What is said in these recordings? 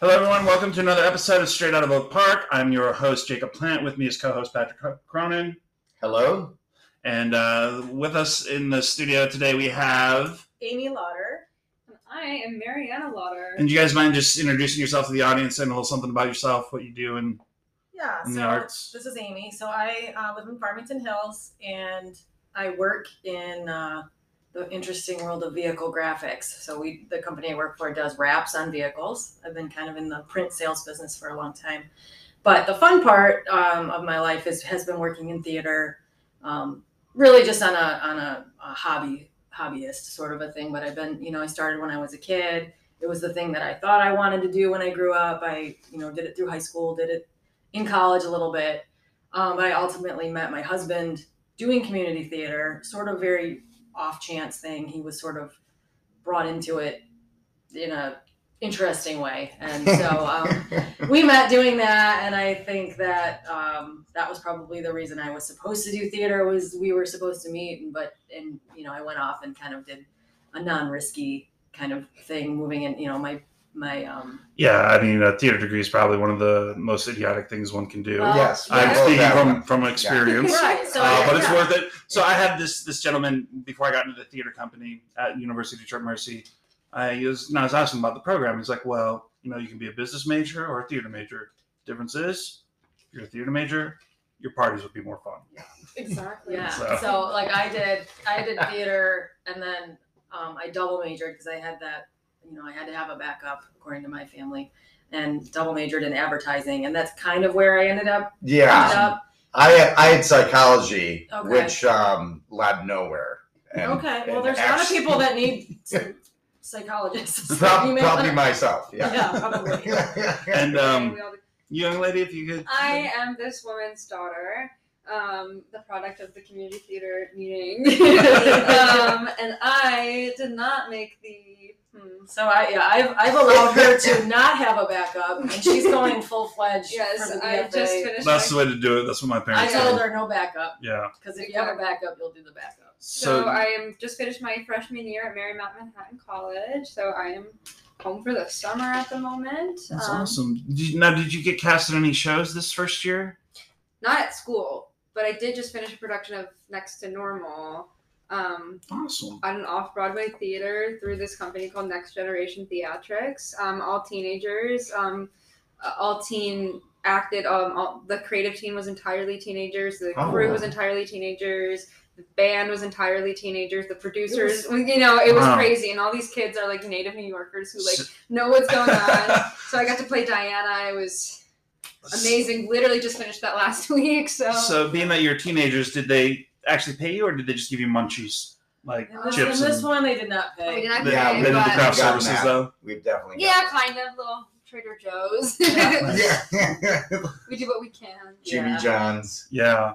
Hello, everyone. Welcome to another episode of Straight Out of Oak Park. I'm your host, Jacob Plant. With me is co host Patrick Cro- Cronin. Hello. And uh, with us in the studio today, we have. Amy Lauder. And I am Mariana Lauder. And do you guys mind just introducing yourself to the audience and a little something about yourself, what you do, and Yeah, In the so arts. this is Amy. So I uh, live in Farmington Hills and I work in uh, the interesting world of vehicle graphics. So we, the company I work for, does wraps on vehicles. I've been kind of in the print sales business for a long time, but the fun part um, of my life is has been working in theater, um, really just on a on a, a hobby hobbyist sort of a thing. But I've been, you know, I started when I was a kid. It was the thing that I thought I wanted to do when I grew up. I, you know, did it through high school, did it in college a little bit. Um, but I ultimately met my husband doing community theater, sort of very off chance thing. He was sort of brought into it in a interesting way, and so um, we met doing that. And I think that um, that was probably the reason I was supposed to do theater was we were supposed to meet, and but and you know I went off and kind of did a non risky kind of thing, moving in. You know my my um, yeah, I mean, a theater degree is probably one of the most idiotic things one can do. Well, yes. I'm I'm yeah. speaking that from, one. from experience. right. So Uh, I- but it's yeah. worth it. So I had this this gentleman before I got into the theater company at University of Detroit Mercy. I was and I was asking about the program. He's like, "Well, you know, you can be a business major or a theater major. Difference is, if you're a theater major, your parties would be more fun." Exactly. Yeah. So- So. like I did, I did theater, and then um, I double majored because I had that, you know, I had to have a backup according to my family, and double majored in advertising, and that's kind of where I ended up. ended Yeah, up. I had I had psychology, Oh, Okay. which um led nowhere. And okay. Well, and there's a lot of actually- people that need s- psychologists. prob- You may probably wanna- myself. Yeah. yeah, probably. And Okay, um, we all- young lady, if you could, I am this woman's daughter, um, the product of the community theater meeting. um, and I did not make the. Hmm, So I yeah I've, I've allowed her to not have a backup and she's going full fledged. yes, I just finished. that's the my, way to do it. That's what my I parents told did. her no backup Yeah. because if you have a backup you'll do the backup. so, So, I am just finished my freshman year at Marymount Manhattan College. So I am home for the summer at the moment. that's um, awesome. Did you, now, did you get cast in any shows this first year? Not at school, but I did just finish a production of Next to Normal. Um, Awesome. at an off Broadway theater through this company called Next Generation Theatrics. Um, all teenagers, um, uh, all teen acted. Um, all, the creative team was entirely teenagers. The Oh. crew was entirely teenagers. The band was entirely teenagers. The producers, you know, it was Wow. crazy. And all these kids are like native New Yorkers who like So- know what's going on. so I got to play Diana. It was amazing. Literally just finished that last week. So. So, being that you're teenagers, did they actually pay you, or did they just give you munchies like And this, chips? and this and- one they did not pay. I mean, I Yeah, played, They did the but- craft Got services that. though. We've definitely. yeah, kind of little Trader Joe's. Yeah. Nice. Yeah. We do what we can. Jimmy Yeah. John's. Yeah.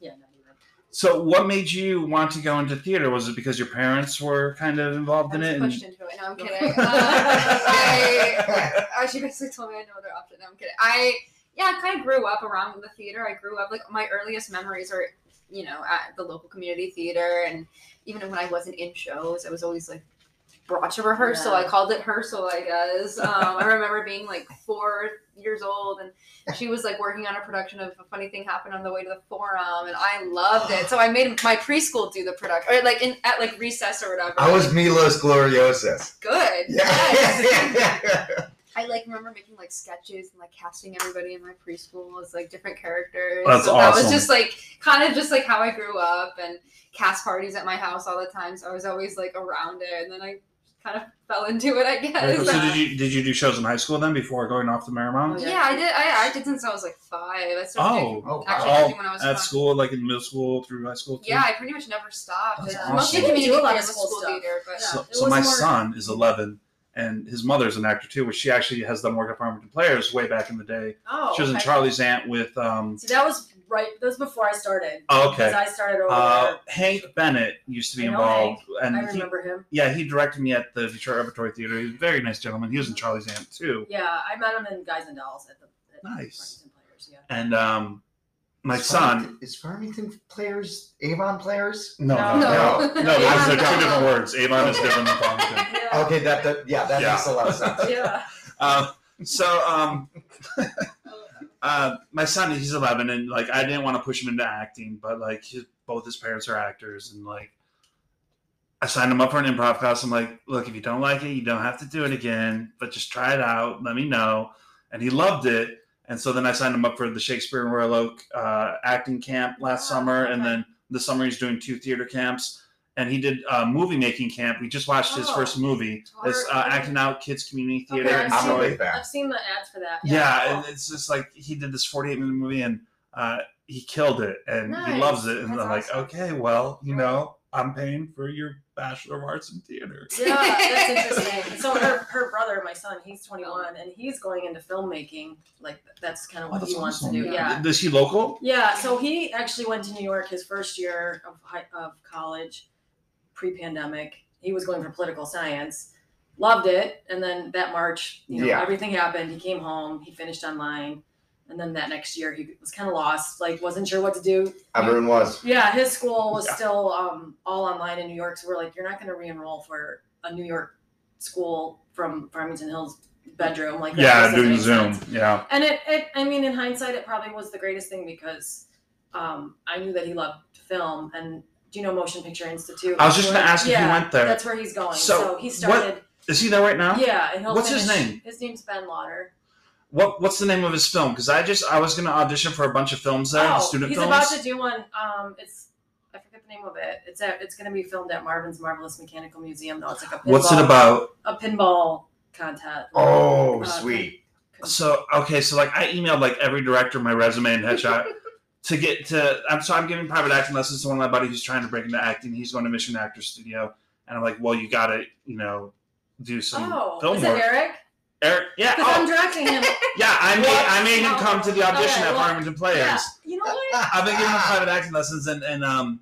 Yeah, not even. So, what made you want to go into theater? Was it because your parents were kind of involved I in it? was pushed And... into it. No, I'm kidding. Uh, I, oh, she basically told me I had no other option. No, I'm kidding. I yeah, I kind of grew up around the theater. I grew up like my earliest memories are you know at the local community theater, and even when I wasn't in shows, I was always like brought to rehearsal. Yeah. I called it rehearsal, I guess. Um, I remember being like four years old, and she was like working on a production of a funny thing happened on the way to the forum, and I loved it. So I made my preschool do the production, or like in at like recess or whatever. I was Milos Gloriosus. good. Yeah. Yes. I like remember making like sketches and like casting everybody in my preschool as like different characters. That's so That awesome. was just like kind of just like how I grew up and cast parties at my house all the time. So I was always like around it, and then I kind of fell into it, I Very guess. cool. that- So, did you did you do shows in high school then before going off to Oh, Marymount? yeah, I did. I, I did since I was like five. I started Oh, oh, actually wow. Oh, acting when I was at five. school, like in middle school through high school. Too? Yeah, I pretty much never stopped. That's It's awesome. Mostly We community do a theater, lot of and school school stuff. theater, but Yeah, So, it so was my more- son is 11, and his mother's an actor too, which she actually has done work at Farmington Players way back in the day. Oh, she was in okay. Charlie's Aunt with um. See, that was right. That was before I started. oh, Because okay. I started over. Uh, Hank Bennett used to be I know involved, there. I and he remember him. Yeah, he directed me at the Detroit Repertory Theater. He's a very nice gentleman. He was in Charlie's Aunt too. Yeah, I met him in Guys and Dolls at the at Nice. Farmington Players. Yeah. And um, my Is son. Farmington- Is Farmington players Avon players? No, no, no. No. No, those are two No. different words. Avon is different than Farmington. Yeah. Okay, that, that yeah, that Yeah. makes a lot of sense. Yeah. Uh, so um, Oh, uh, my son, he's 11, and like I didn't want to push him into acting, but like his, both his parents are actors, and like I signed him up for an improv class. I'm like, look, if you don't like it, you don't have to do it again, but just try it out. Let me know. And he loved it. And so then I signed him up for the Shakespeare and Royal Oak uh, acting camp last Wow, summer, and Oh, okay. then this summer he's doing two theater camps. And he did uh, movie making camp. We just watched his Oh. first movie. Or- It's uh, acting out kids community Okay, theater. in I've I'm seen Troy. away it. back. I've seen the ads for that. Yeah, cool. and it's just like he did this 48 minute movie and uh, he killed it and he Nice. loves it. And That's I'm like, awesome. okay, well, you know, I'm paying for your Bachelor of Arts in Theater. Yeah, that's interesting. So her, her brother, my son, he's 21, and he's going into filmmaking. Like that's kind of what Oh, that's he wants to awesome. do. Yeah. Is she local? Yeah, so he actually went to New York his first year of, hi- of college, pre-pandemic. He was going for political science, loved it, and then that March, you know, Yeah. everything happened. He came home, he finished online, and then that next year he was kind of lost, like wasn't sure what to do. Everyone was. Yeah, his school was Yeah. still um, all online in New York, so we're like, you're not going to re-enroll for a New York school from Farmington Hills bedroom, like that just doesn't make sense. Yeah. And it, it, I mean, in hindsight, it probably was the greatest thing because um, I knew that he loved film. And do you know Motion Picture Institute? I was just gonna That's ask if he where- went there. That's where he's going. So, So, he what- started. Is he there right now? Yeah, and he'll What's his finish- name? His name's Ben Lauder. What What's the name of his film? Because I just I was gonna audition for a bunch of films there, oh, the student he's films. about to do one. Um, it's I forget the name of it. It's at, it's going to be filmed at Marvin's Marvelous Mechanical Museum. No, it's like a pinball, What's it about? A pinball contest. Oh, Uh, sweet. So okay, so like I emailed like every director my resume and headshot. to get to I'm so I'm giving private acting lessons to one of my buddies who's trying to break into acting. He's going to Mission Actor Studio, and I'm like, well, you got to you know do some Oh, film is work. it Eric? Eric, yeah, Because I'm oh, directing him. yeah. I made I made him What? Oh, come to the audition Okay, at well, Farmington Players. yeah. Ah. You know what? I've been giving him private acting lessons, and and um,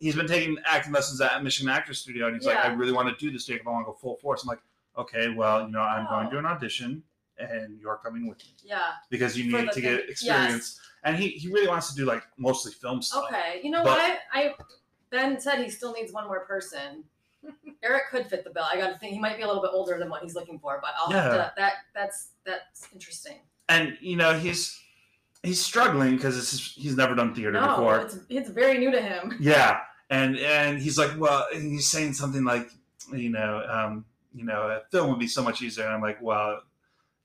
he's been taking acting lessons at Mission Actor Studio, and he's like, Yeah. I really want to do this, Jacob. I want to go full force. I'm like, okay, well, you know, I'm going Oh. to an audition, and you're coming with me Yeah. because you For need the to get thing- experience. And he he really wants to do like mostly film stuff. Okay, you know But- what? I Ben said he still needs one more person. Eric could fit the bill. I got to think he might be a little bit older than what he's looking for, but I'll have Yeah. to. That that's that's interesting. and you know he's he's struggling because it's just- he's never done theater no, before. it's it's very new to him. Yeah, and and he's like, well, and he's saying something like, you know, um, you know, a film would be so much easier. And I'm like, well, if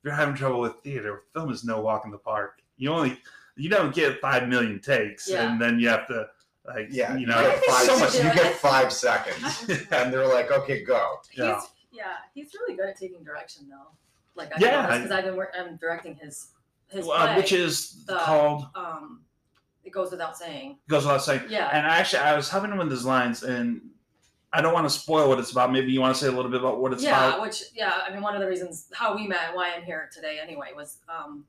you're having trouble with theater, film is no walk in the park. You only you don't get five million takes, Yeah. and then you have to like, Yeah, you I know, get think five, so we much. should You do get it. five seconds, he's and they're like, "Okay, go." Yeah. yeah, he's really good at taking direction though. Like I Yeah, I- because I've been work, I'm directing his his Uh, play. which is the- called um, it goes without saying. goes without saying. Yeah. And actually, I was having him with his lines, and I don't want to spoil what it's about. Maybe you want to say a little bit about what it's yeah, about. which yeah, I mean, one of the reasons how we met, why I'm here today, anyway, was um,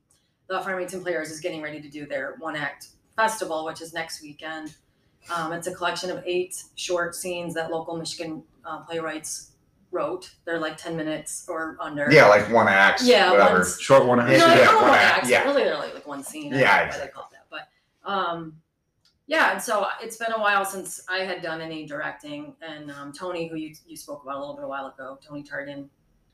the Farmington Players is getting ready to do their one act festival, which is next weekend. Um, it's a collection of eight short scenes that local Michigan uh, playwrights wrote. They're like ten minutes or under. Yeah, like one axe. Yeah, whatever. one's- Short one. No, Yeah, I yeah, don't know one why act, acts, yeah. Really, they're like, like one scene. I Yeah, don't know why they call it that. But um, yeah, and so uh, it's been a while since I had done any directing. And um, Tony, who you, you spoke about a little bit a while ago, Tony Targan,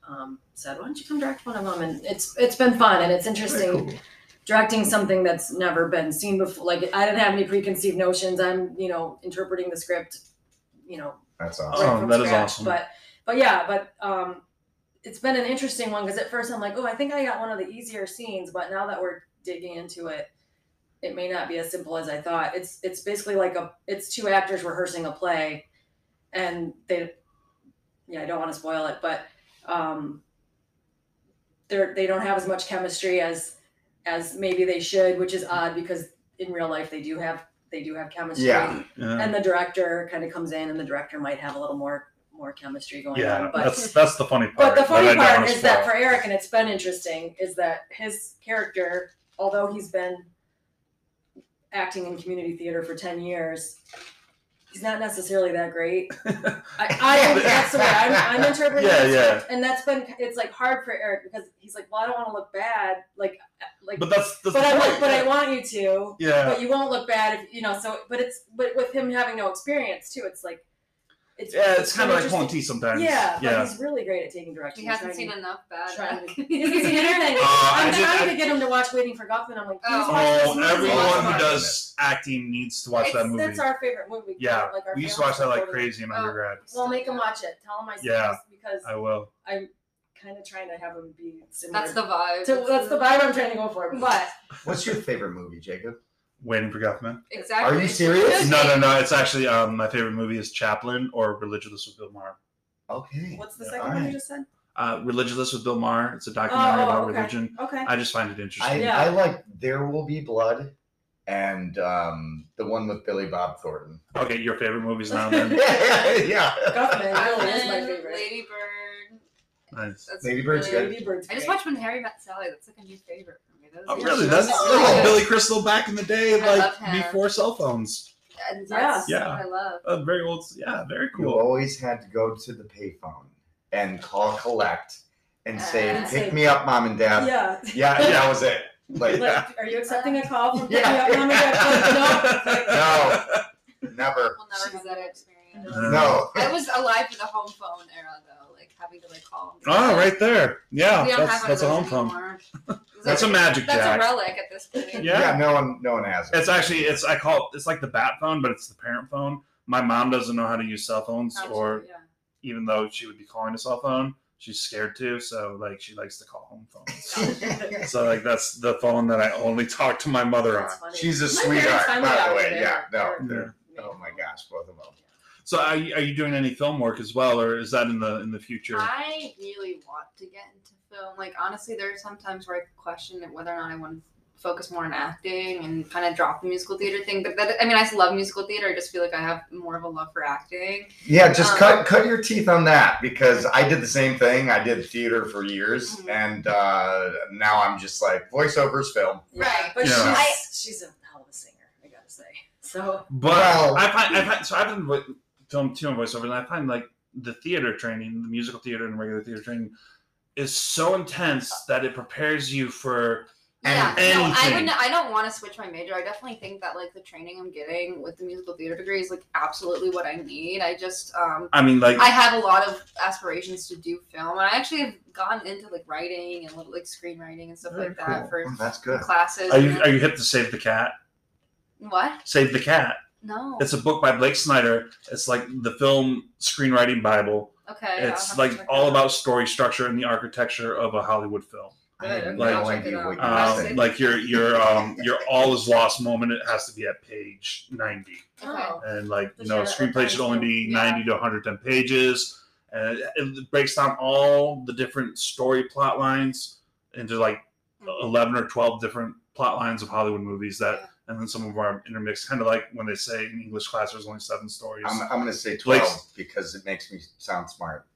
um, said, "Why don't you come direct one of them?" And it's it's been fun and it's interesting directing something that's never been seen before. Like I didn't have any preconceived notions. I'm you know interpreting the script, you know That's Oh, awesome. right from that is scratch, awesome. But but yeah, but um, it's been an interesting one because at first I'm like, oh, I think I got one of the easier scenes, but now that we're digging into it, it may not be as simple as I thought. It's it's basically like a it's two actors rehearsing a play, and they yeah I don't want to spoil it, but um, they're they don't have as much chemistry as as maybe they should, which is odd because in real life they do have they do have chemistry Yeah. Yeah. and the director kind of comes in and the director might have a little more more chemistry going yeah, on but that's that's the funny part. but the funny I don't part wanna is that spoil. for eric and it's been interesting is that his character although he's been acting in community theater for 10 years he's not necessarily that great i, I think that's the way i'm, I'm interpreting Yeah, the yeah. script, and that's been it's like hard for eric because he's like well i don't want to look bad like uh, like but that's, that's the but I, point. want- but I want you to yeah, but you won't look bad if you know so but it's but with him having no experience too it's like It's Yeah, it's kind of like interesting. pulling teeth sometimes. Yeah, yeah. but he's really great at taking direction. We He's haven't trying seen enough to- bad. trying rap. to- He hasn't seen anything. I I'm did- trying to get him to watch Waiting for Guffman. I'm like, please Oh. watch this Oh, movie. everyone who Watch does acting needs to watch It's- that movie. That's our favorite movie. Yeah, like our we used to family watch that like favorite movie. crazy in Oh. undergrad. Well, make him watch it. Tell him I said Yeah. this because I will. I'm kind of trying to have him be similar. That's the vibe. to, that's the vibe I'm trying to go for. But What's your favorite movie, Jacob? Waiting for Guffman. exactly. Are you serious? No, no, no. It's actually um, my favorite movie is Chaplin or Religious with Bill Maher. Okay. what's the Yeah, second one you alright. just said? Uh, Religious with Bill Maher. It's a documentary Oh, about okay. religion. Okay. I just find it I, interesting. Yeah. I like There Will Be Blood and um, the one with Billy Bob Thornton. okay, your favorite movies now then. yeah, yeah. Guffman really is my Alan, favorite. Lady Bird. nice. That's Lady Bird's really- good. Lady Bird's I just great. watched When Harry Met Sally. That's like a new favorite for me. That was Oh, a- really? That's, Yeah. that's like Billy Crystal back in the day, I like love him. before cell phones. And that's Yeah. what I love. Uh, very old. Yeah, very You cool. always had to go to the payphone and call collect and say, And "Pick Uh, say- me up, mom and dad." Yeah. Yeah, and that was it. Like Like, are you accepting a call from Yeah. yeah. Mom and Dad? Like, no. no, never. We'll never have that experience. Uh, No. I was alive for the home phone era though, like having to like call. and- Oh, right there. Yeah, We don't that's, have that's a home one of those phone. anymore. That's a magic That's jack. a relic at this point. Yeah. no one, no one has it. It's actually it's I call it, it's like the bat phone, but it's the parent phone. My mom doesn't know how to use cell phones, or yeah. even though she would be calling a cell phone, she's scared to. So like she likes to call home phones. so like that's the phone that I only talk to my mother on. That's funny. She's a My sweetheart, parents finally by got the me way. there. Yeah, no. They're- Yeah. Oh my gosh, both of them. So are you, are you doing any film work as well, or is that in the in the future? I really want to get into film. Like honestly, there are some times where I question whether or not I want to focus more on acting and kind of drop the musical theater thing. But that, I mean, I just love musical theater. I just feel like I have more of a love for acting. Yeah, just Um, cut cut your teeth on that because I did the same thing. I did theater for years, Mhm. and uh, now I'm just like voiceovers, film. Right, but Yeah. she's she's a hell of a singer, I gotta say. So But Well- I find I find so I've done vo- film too and voiceover, and I find like the theater training, the musical theater and regular theater training, is so intense that it prepares you for Yeah, And no, I anything. wouldn't. I don't want to switch my major. I definitely think that like the training I'm getting with the musical theater degree is like absolutely what I need. I just um, I mean like I have a lot of aspirations to do film, and I actually have gotten into like writing and little like screenwriting and stuff Very like that cool. for Oh, that's good. classes. Are and you then- are you hip to save the cat? what? Save the cat. No. It's a book by Blake Snyder. It's like the film screenwriting bible. okay. I'll have It's to like check it all out. about story structure and the architecture of a Hollywood film. I have Good, no okay, I'll check it idea out. what you're I'll Um, save saying. like your your um your all is lost moment. It has to be at page ninety, oh. Okay. and like you Which know, a are- screenplay should only be Yeah. ninety to one hundred ten pages. And it- it breaks down all the different story plot lines into like eleven or twelve different plot lines of Hollywood movies that and then some of our intermixed, kind of like when they say in English class there's only seven stories. I'm, I'm gonna say Like- twelve because it makes me sound smart.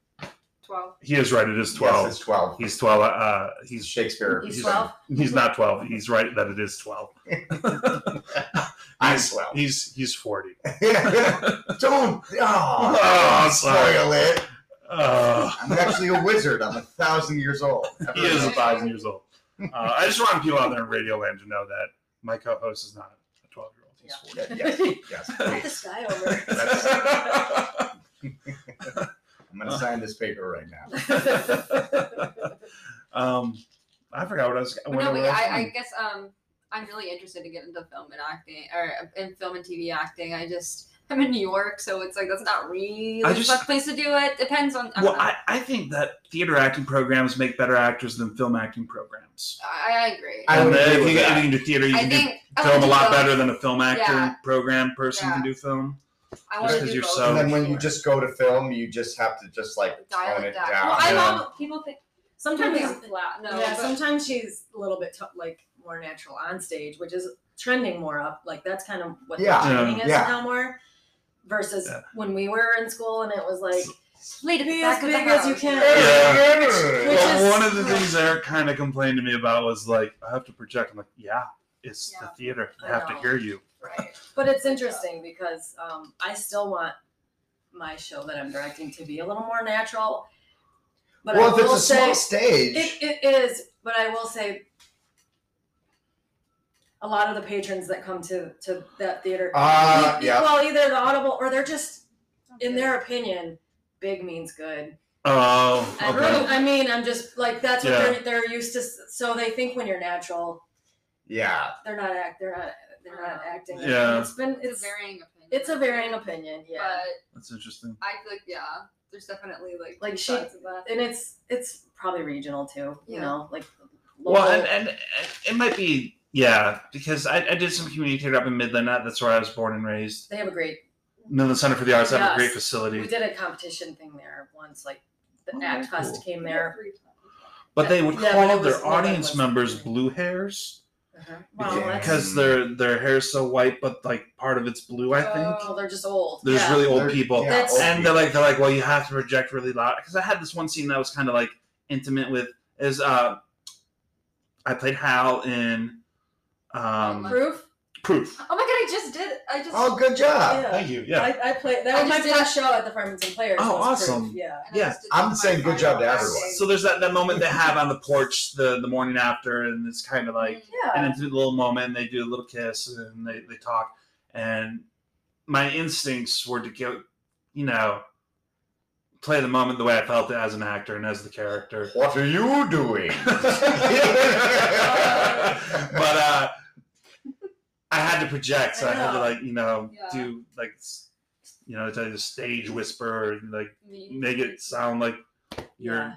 Twelve. he is right. It is Yes, twelve. it's twelve. he's twelve. Uh, he's Shakespeare. he's he's- twelve. he's not twelve. He's right that it is twelve. I'm he's, twelve. He's he's forty. Oh, Don't. Oh, sorry. spoil it. Uh, I'm actually a wizard. I'm a thousand years old. he is a thousand years old. Uh, I just want people out there in Radio Land to know that my co-host is not a twelve-year-old. He's Yeah. Yeah, yes, yes, Not please. this guy over. forty. I'm gonna sign this paper right now. um, I forgot what I was. But what no, but was yeah, I, I saying. guess um, I'm really interested to get into film and acting, or uh, in film and TV acting. I just I'm in New York, so it's like that's not really I the just- best place to do it. Depends on. I don't Well, know. I, I think that theater acting programs make better actors than film acting programs. I, I agree. I and would then agree if you with get that. into theater, you I can think I do wanna film a do lot both. better than a film actor Yeah. program person Yeah. can do film. just I want to 'cause do you're both. so- And then when you just go to film, you just have to just like dial tone it it down. down. Well, I Yeah. love people think Sometimes sometimes it's flat. No, yeah, but- sometimes she's a little bit t- like more natural on stage, which is trending more up. Like that's kind of what Yeah. the training is Yeah. now more. Versus Yeah. when we were in school and it was like Lead at the Be back as of the big as house. you can. Which Yeah. Well, is- one of the things Eric kind of complained to me about was like, I have to project. I'm like, yeah, it's the Yeah. theater. I I have to know. hear you. Right. But it's interesting because um, I still want my show that I'm directing to be a little more natural. But well, I if it's will a small say stage, it, it is. But I will say, a lot of the patrons that come to to that theater, Ah, e- e- yeah. well, either the audible or they're just in their opinion, big means good. Oh, I- okay. I mean, I'm just like that's what Yeah. they're they're used to. s- So they think when you're natural, Yeah. they're not act they're not they're not Uh, acting. Yeah. it's been It's it's a varying opinion. it's a varying opinion. Yeah. That's interesting. But I feel like yeah, there's definitely like Like two she- sides of that. and it's it's probably regional too. You Yeah. know, like Well, and, and, and it might be, yeah, because I, I did some community theater up in Midland. Not that's where I was born and raised. they have a great. Midland Center for the Arts have a great Yes. We facility, did a competition thing there once. Like the Oh, Act Fest cool. came there. Three times. but they would Yeah, but call it was- their well, that audience was- members blue hairs Uh-huh. Well, Yeah. that's- because their their hair's so white, but like part of it's blue. I think well, they're just old. there's Oh, yeah. really old They're- people. yeah, That's- old and they're like they're like well you have to project really loud because i had this one scene that was kind of like intimate with is uh i played hal in um proof. proof Oh my god, I just did. I just. Oh, good job. Yeah. thank you yeah I, I played. I That was my just did a- first show at the Farmington Players. Oh, was Proof, awesome. Yeah. and I yeah. just did I'm my saying good final job to essay. everyone. so there's that, that moment they have on the porch the the morning after and it's kind of like Yeah. an intimate little moment and they do a little kiss and they, they talk and my instincts were to go you know play the moment the way i felt it as an actor and as the character What are you doing? Oh, but uh I had to project, so I, had to Yeah. like you know Yeah. do like s- you know tell you the stage whisper and like Mm, Me. make it sound like you're Yeah.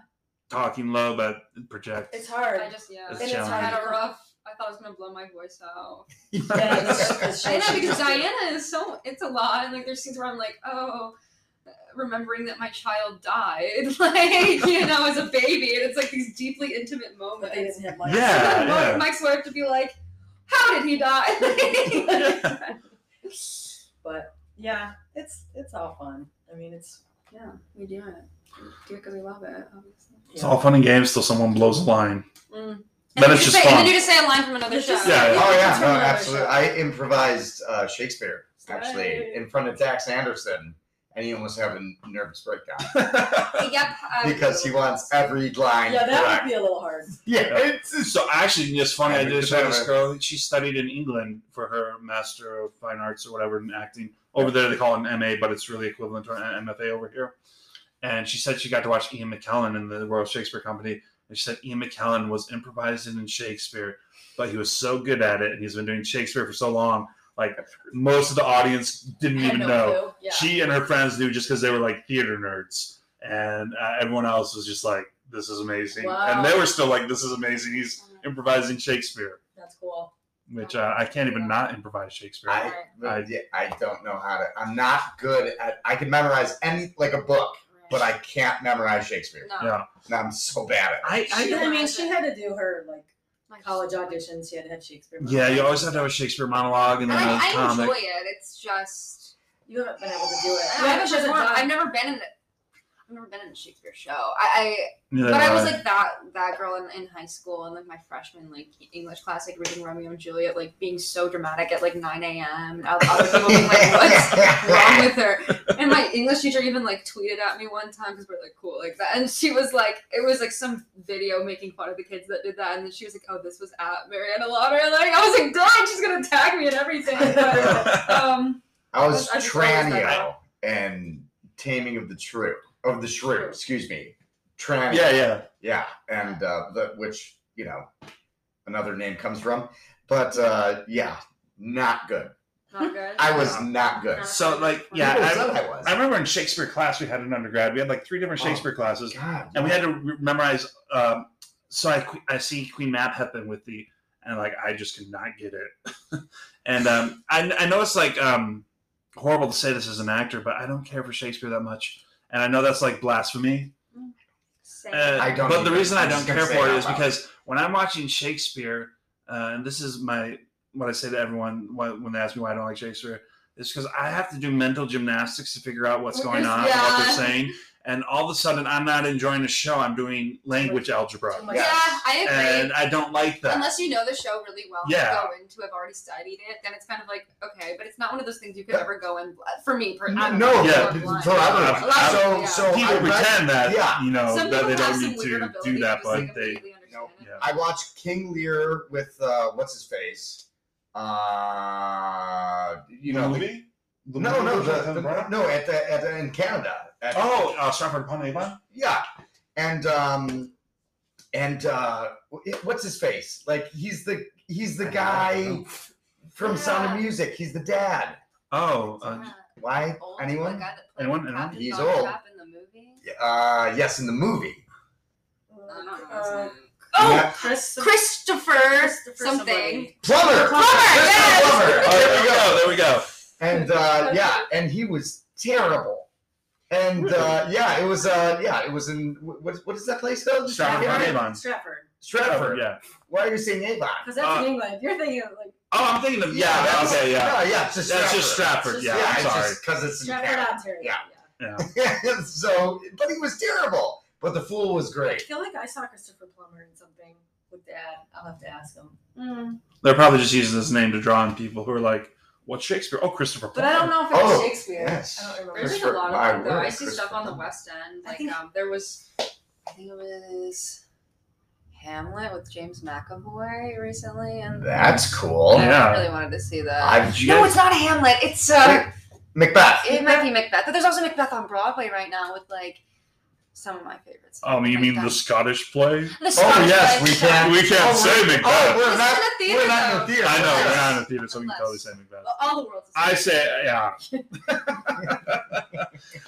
talking low, but project. It's hard. I just yeah. It's and I challenging. had a rough. I thought I was gonna blow my voice out. Yeah, it's- it's- I know it's- because Diana is so. It's a lot, and like there's scenes where I'm like, oh, remembering that my child died, like you know, as a baby, and it's like these deeply intimate But they moments. didn't have lights. Yeah, And then Mike- yeah. Mike's wife to be like, how did he die? But yeah, it's it's all fun. I mean, it's yeah, we do it. We do it because we love it, obviously. It's all fun and games till someone blows a line. But And it's just you say, And fun. then you just say a line from another Mm. It's show. just- Yeah, yeah. Oh yeah, It's no, from another absolutely. show. I improvised uh, Shakespeare actually Right. in front of Dax Anderson, and he almost had a nervous breakdown Yep. I would because he do. wants every line yeah, that correct. would be a little hard. yeah, it's so actually, it's funny. I Yeah, just because had this I- girl. She studied in England for her Master of Fine Arts or whatever in acting. Over there, they call it an MA, but it's really equivalent to an MFA over here. And she said she got to watch Ian McKellen in the Royal Shakespeare Company. And she said Ian McKellen was improvising in Shakespeare, but he was so good at it, and he's been doing Shakespeare for so long. Like most of the audience didn't I had even no know. clue. Yeah. She and her friends knew just because they were like theater nerds, and uh, everyone else was just like, "This is amazing," Wow. and they were still like, "This is amazing." He's Uh-huh. improvising Shakespeare, That's cool. which uh, I can't even not improvise Shakespeare. I, I- Uh, yeah, I don't know how to. I'm not good at. I can memorize any like a book, but I can't memorize Shakespeare. No. Yeah. And I'm so bad at. I, She, I I mean, realized she it. had to do her like My college God. auditions. She had to have Shakespeare. yeah, you always have to have a Shakespeare monologue and And then a I, I comic. enjoy it. It's just You haven't been able to do it. I haven't she hasn't performed- done- I've never been in. A, I've never been in a Shakespeare show. I, I Neither but I have was like that that girl in, in high school and like my freshman like English class like reading Romeo and Juliet like being so dramatic at like 9 a.m. and other other people being like what's wrong it. with her. And my English teacher even like tweeted at me one time because we're like cool like that. And she was like, it was like some video making fun of the kids that did that. And then she was like, oh, this was at Mariana Lauder. Like I was like, darn, she's gonna tag me and everything. But, um, I was I just always thought Tranio and Taming of the Shrew of the Shrew. Shrew. Excuse me, Tranio. yeah, yeah. Yeah, and uh, the, which you know, another name comes from, but uh, yeah, not good. not good. I was not good. So like, yeah, People I, said I was. I remember in Shakespeare class we had an undergrad. We had like three different Oh. Shakespeare classes. God, and we had to re- memorize. Um, so I que- I see Queen Mab Hepburn with the and like I just cannot get it. and um, I I know it's like um, horrible to say this as an actor, but I don't care for Shakespeare that much. And I know that's like blasphemy. Uh, I don't But either. the reason I I'm don't just gonna care say for it it out is loud. because when I'm watching Shakespeare, uh, and this is my what I say to everyone wh- when they ask me why I don't like Shakespeare, is because I have to do mental gymnastics to figure out what's What going is- on, and what yeah. they're saying, and all of a sudden I'm not enjoying the show. I'm doing language algebra, Too much- yeah, I agree. and I don't like that. Unless you know the show really well, Yeah. and you go into have already studied it, then it's kind of like okay, but it's not one of those things you could ever go in. For me, for I'm- no, I'm Yeah. blind. so I Yeah. was like, so Yeah. so People I read, pretend that yeah. you know that Some people they have don't some need weird to ability do that, just, but like, they. completely understand Nope. it. Yeah. I watched King Lear with uh, what's his face, uh, you know, the- movie? The No, no, movie the, version, the- right? no, at the, at the, in Canada. At- Oh, uh, Stratford upon Avon. yeah, and um, and uh, wh- what's his face? Like he's the he's the guy from Sound of Yeah. Music. He's the dad. Oh, uh, Why? Old, the Anyone? guy that played Anyone? Captain Anyone? He's Bottom old. Chap in the movie? Uh, yes, in the movie. I don't know his Uh, name. Oh, Oh, Yeah. Chris, Christopher Christopher something. somebody. Plumber. Plumber, Christopher yes! Plummer. oh, there we go. There we go. and uh, yeah, and he was terrible. And uh, yeah, it was uh, yeah, it was in wh- what, what is that place called? Stratford upon Stratford. Avon. Stratford. Stratford. Stratford. Yeah. Why are you saying Avon? Because that's Uh, in England. You're thinking of like Oh, I'm thinking of yeah. that's- okay, yeah. No, Oh, yeah, it's just That's just Stratford. It's Yeah, just- I'm it's sorry. because it's in Stratford, Canada. Ontario. Yeah. Yeah. so, but he was terrible. But the fool was I great. feel like I saw Christopher Plummer in something with Dad. I'll have to ask him. Mm. They're probably just using his name to draw in people who are like, "What's Shakespeare? Oh, Christopher." But I don't know if it's Oh, Shakespeare. yes. I don't remember. There's like a Christopher- lot my of them though. word, I see stuff Christopher. on the West End. I Like think- um, there was, I think it was Hamlet with James McAvoy recently, and That's cool. I Yeah. really wanted to see that. I've Did you No, guys- it's not Hamlet. It's uh, Macbeth. it might be Macbeth, but there's also Macbeth on Broadway right now with like some of my favorites. Oh, you mean Macbeth. the Scottish play? The Scottish Oh, yes, we Widows. can. We can't Oh, say we're- Macbeth. Oh, we're It's not. in a theater, we're not in the though. theater. I know Yes. we're not in the theater, so we can totally say Oh. Macbeth. Well, All the world's. a I Scottish say, yeah.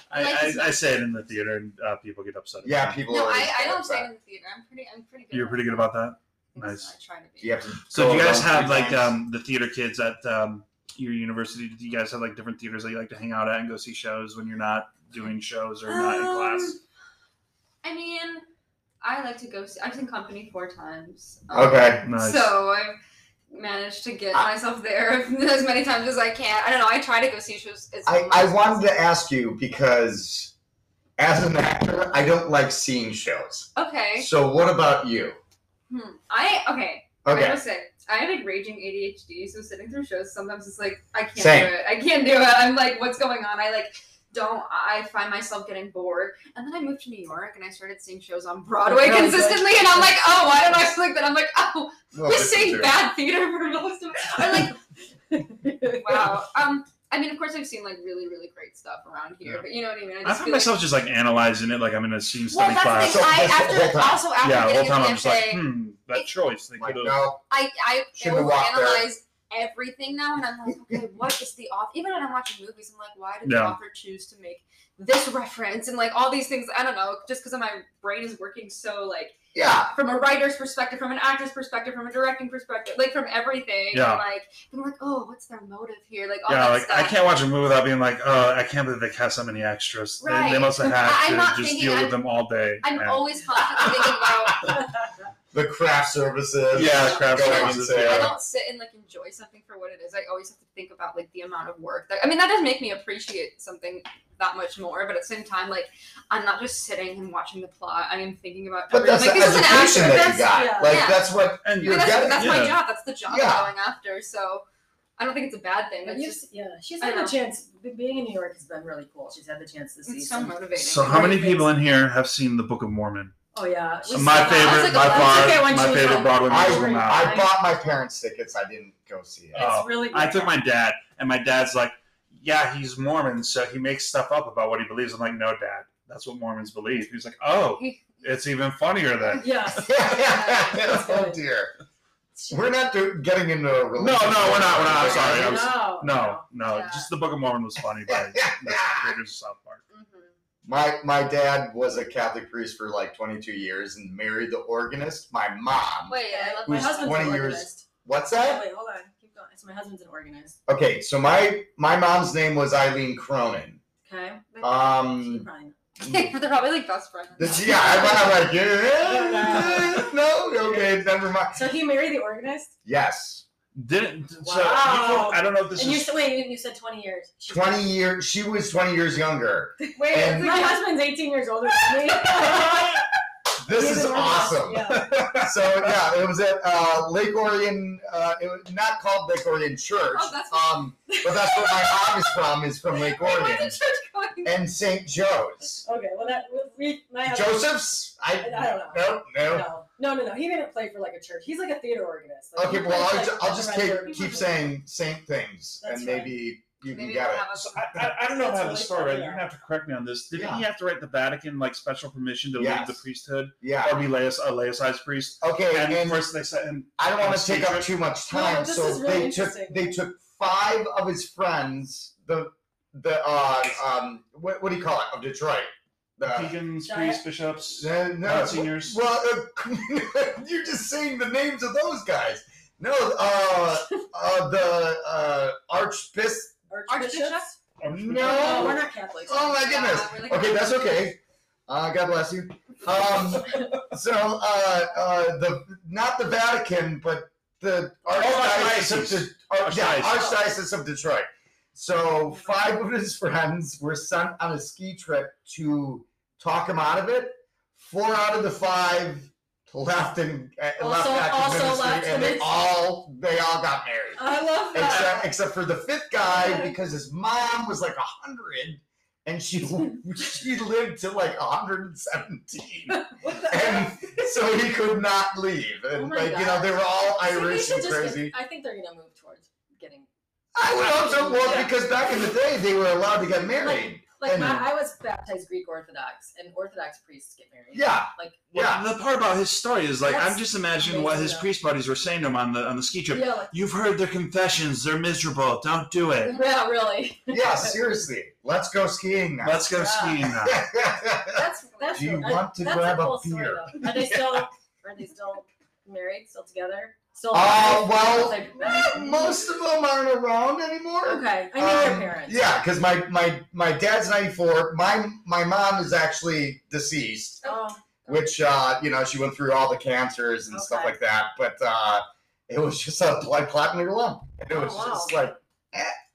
I, Like I, this- I say it in the theater, and uh, people get upset. about Yeah, it. people. No, always I, I get don't upset. say it in the theater. I'm pretty. I'm pretty good. you're pretty good about that. Nice. I try to be. You have to So, do go you guys around have three like times. um, the theater kids at um, your university? Do you guys have like different theaters that you like to hang out at and go see shows when you're not doing shows or not in Um, class? I mean, I like to go. See, I've seen Company four times. Um, Okay. Nice. So I've managed to get myself there as many times as I can. I don't know. I try to go see shows. As I, much I as wanted to ask you because as an actor, I don't like seeing shows. possible. Okay. So what about you? Hmm. I okay. I Okay. will say I have like raging ADHD, so sitting through shows sometimes it's like I can't Same. do it. I can't do it. I'm like, what's going on? I like don't I find myself getting bored and then I moved to New York and I started seeing shows on Oh, Broadway Broadway. consistently and I'm like oh why don't I sleep then I'm like oh Well, we're this is seeing true. bad theater for most of I'm like wow. Um, I mean, of course, I've seen like really, really great stuff around here, Yeah. but you know what I mean. I I just find feel myself just like analyzing it, like I'm in a scene like, study well, that's class. the thing. I So- whole after time. also after yeah, the whole getting time into I'm just like, MFA, hmm, that choice. They Like, could have. no. I I Shouldn't have walked there. overanalyze everything now, and I'm like, okay, what is the author? Even when I'm watching movies, I'm like, why did the Yeah. author choose to make this reference and like all these things? I don't know, just because my brain is working so like Yeah. from a writer's perspective, from an actor's perspective, from a directing perspective, like from everything. Yeah. And, like I'm like, oh, what's their motive here? Like all Yeah, that like stuff. I can't watch a movie without being like, oh, I can't believe they cast so many extras. They- They, Right. must have I- I'm had not to just thinking- deal I'm- with them all day. I'm and- always constantly thinking about The craft services. Yeah, craft going services, into- I don't sit and like enjoy something for what it is. I always have to think about like the amount of work. That, I mean, that does make me appreciate something that much more. But at the same time, like I'm not just sitting and watching the plot. I am thinking about. But that's everything. the like this is education an that actor. That's- you got. yeah. Like Yeah. that's what. and I you're mean, that's getting- that's yeah. my job. That's the job Yeah. I'm going after. So I don't think it's a bad thing. But It's you, just yeah, she's I had know. the chance. be- Being in New York has been really cool. She's had the chance to see it's so some. motivating. So, how many people in here have seen the Book of Mormon? Oh yeah, we my saw that. favorite, That's like by a- that's far, okay when my she was favorite on- Broadway I, musical now. I bought my parents tickets. I didn't go see it. Uh, It's really. I good. took my dad, and my dad's like, "Yeah, he's Mormon, so he makes stuff up about what he believes." I'm like, "No, dad, that's what Mormons believe." He's like, "Oh, it's even funnier then." Yeah. oh dear. We're not do- getting into a No, religion. no, we're not. We're not. I'm Yeah. sorry. I was, No. no, no. Yeah. Just the Book of Mormon was funny, but that's the creators of South Park. Mm-hmm. My my dad was a Catholic priest for like 22 years and married the organist. My mom. Mm-hmm. Wait, I love my Who's husband's 20 an years- organist. What's Oh, that? wait, hold on. Keep going. So my husband's an organist. Okay, so my my mom's name was Eileen Cronin. Okay. She Um, probably- They're probably like best friends. this, yeah, I'm, I'm like, yeah, no, okay, never mind. So he married the organist, Yes, Didn't so? Wow. I don't know if this and you is. said wait, you- you said twenty years. She's- 20 years. She was 20 years younger. Wait, And- My husband's eighteen years older than me. This He's is an organist, awesome. yeah. So yeah, it was at uh, Lake Orion. Uh, it was not called Lake Orion Church. Oh, that's- um, but that's where my mom is from. Is from Lake Wait, where's the Orion church going? and St. Joe's. Okay. Well, that we my husband. Joseph's? I, I don't know. No, no. No, no, no, no. He didn't play for like a church. He's like a theater organist. Like, Okay, he well, plays, I'll, ju- like, I'll just around keep, the- keep saying Saint things That's and fine. maybe you can Maybe get we'll it. have a- So I, I, I don't know That's how really this story. Right? funny. You're gonna have to correct me on this. Didn't Yeah. he have to write the Vatican like special permission to Yes. leave the priesthood Yeah. or be laicized, a laicized priest? Okay, and, and, of course they said, and I don't want and to take up secret. too much No, time, this so is really they took interesting. they took five of his friends, the the uh um what, what do you call it of Detroit, the deacons, Giant- priests, bishops, Uh, no, Not seniors. Well, uh, you're just saying the names of those guys. No, uh, uh, the uh, archbishop. Archbishops? archbishops. No, we're No. not Catholics. Oh my goodness. Yeah, we're like- Okay, that's okay. Uh, God bless you. Um, so uh, uh, the not the Vatican, but the archdiocese, of, archdiocese. De- ar- yeah, Archdiocese. archdiocese of Detroit. So five of his friends were sent on a ski trip to talk him out of it. Four out of the five left and uh, Also- left active also ministry, left and they ministry. all they all got married I love except, that. except for the fifth guy because his mom was like a hundred and she she lived to like 117 What the heck? and so he could not leave and Oh my like you know they were all See, we irish should and just get- crazy I think they're gonna move towards getting i would also well Yeah. because back in the day they were allowed to get married like And- my, I was baptized Greek Orthodox and Orthodox priests get married. yeah Like yeah Well, the part about his story is like I'm That's just imagining what his amazing. priest buddies were saying to him on the on the ski trip. yeah, like, You've heard their confessions. They're miserable. Don't do it. yeah, really. yeah seriously let's go skiing now Let's go Yeah. skiing now. That's that's do you I- want to that's grab a a cool story beer though. Are they still are they still married, still together? Still Oh, alive? well, They- Eh, most of them aren't around anymore Okay. I mean Um, their parents. Yeah, because my my my dad's ninety four. My my mom is actually deceased, Oh, which uh, you know she went through all the cancers and stuff Okay. like that. But uh, it was just a blood clot in her lung, and it Oh, was wow. just like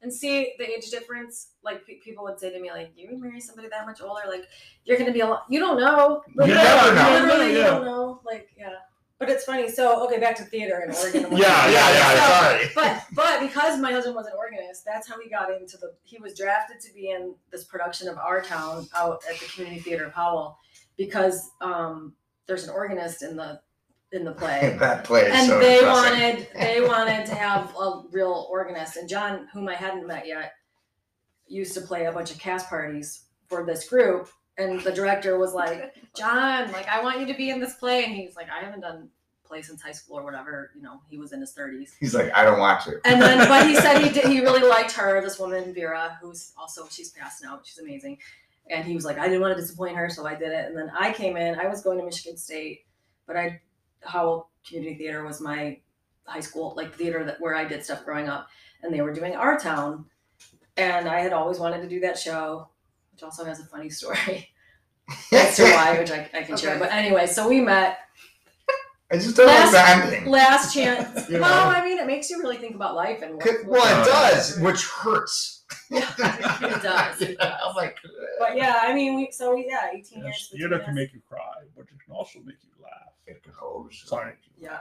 and see the age difference. Like pe- people would say to me, like, "You would marry somebody that much older? Like, you're gonna be a lot. You don't know. You Literally, never know. Literally, you Yeah. don't know. Like, yeah. But it's funny. So okay, back to theater in Oregon. Yeah, yeah, yeah, So, sorry. but but because my husband was an organist, that's how he got into the. He was drafted to be in this production of Our Town out at the Community Theater of Howell, because um, there's an organist in the in the play, that play is and so they depressing. wanted they wanted to have a real organist. And John, whom I hadn't met yet, used to play a bunch of cast parties for this group. And the director was like, John, like I want you to be in this play. And he's like, I haven't done play since high school or whatever. You know, he was in his thirties. He's like, I don't watch it. And then, but he said he did, he really liked her, this woman Vera, who's also she's passed now, but she's amazing. And he was like, I didn't want to disappoint her, so I did it. And then I came in. I was going to Michigan State, but I Howell Community Theater was my high school like theater that where I did stuff growing up, and they were doing Our Town, and I had always wanted to do that show, which also has a funny story as to why, which I, I can share. Okay. But anyway, so we met I just don't like the Last- ending. last chance. You Well, know. I mean, it makes you really think about life and what, Could- Well, it Uh, does, which hurts. it does. You know, I'm like, But yeah, I mean, we so we, yeah, eighteen years. Yes, between theater can us. make you cry, but it can also make you laugh. it goes. Sorry. Yeah.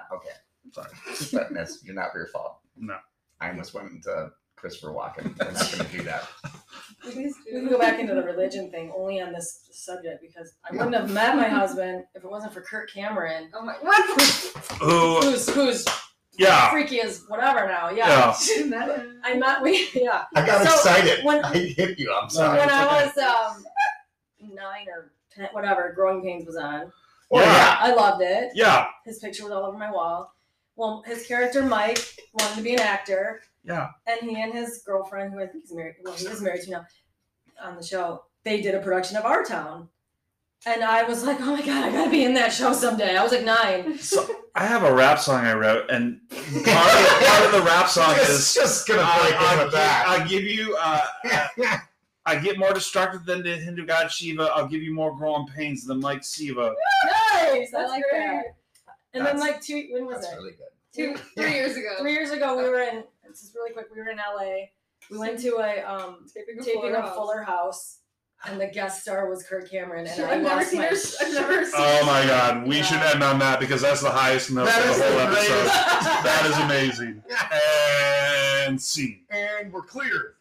Sorry. but that's you're not your fault. No. I almost went into Christopher Walken. We're not going to do that. We can, we can go back into the religion thing only on this subject because I wouldn't have met my husband if it wasn't for Kurt Cameron, Oh my. What? Oh, who's who's yeah. freaky as whatever now. Yeah. Yeah. I met we yeah. I got So, excited. when- I hit you. I'm Oh, sorry. when It's I okay. was um nine or ten, whatever, Growing Pains was on. Well, Yeah. yeah. I loved it. Yeah. His picture was all over my wall. Well, his character Mike wanted to be an actor. Yeah. And he and his girlfriend, who I think he's married, well, he is married to now, on the show, they did a production of Our Town. And I was like, oh my god, I gotta be in that show someday. I was like nine. I have a rap song I wrote, and part of, part of the rap song It's is just gonna break I, in will with give, that. I give you. Uh, I get more distracted than the Hindu god Shiva. I'll give you more growing pains than like Siva. nice, I That's like great. that. And then That's- like two, when was That's it? really good. Two, three years ago. Three years ago, we were in. This is really quick. We were in LA. We went to a um, Taping a taping Fuller of House. Fuller House, and the guest star was Kurt Cameron. And Shit, I I've never lost seen my her. s- I've never seen. Oh my her. god, we should end on that because that's the highest note That of is the whole the episode. greatest. That is amazing. And scene. And we're clear.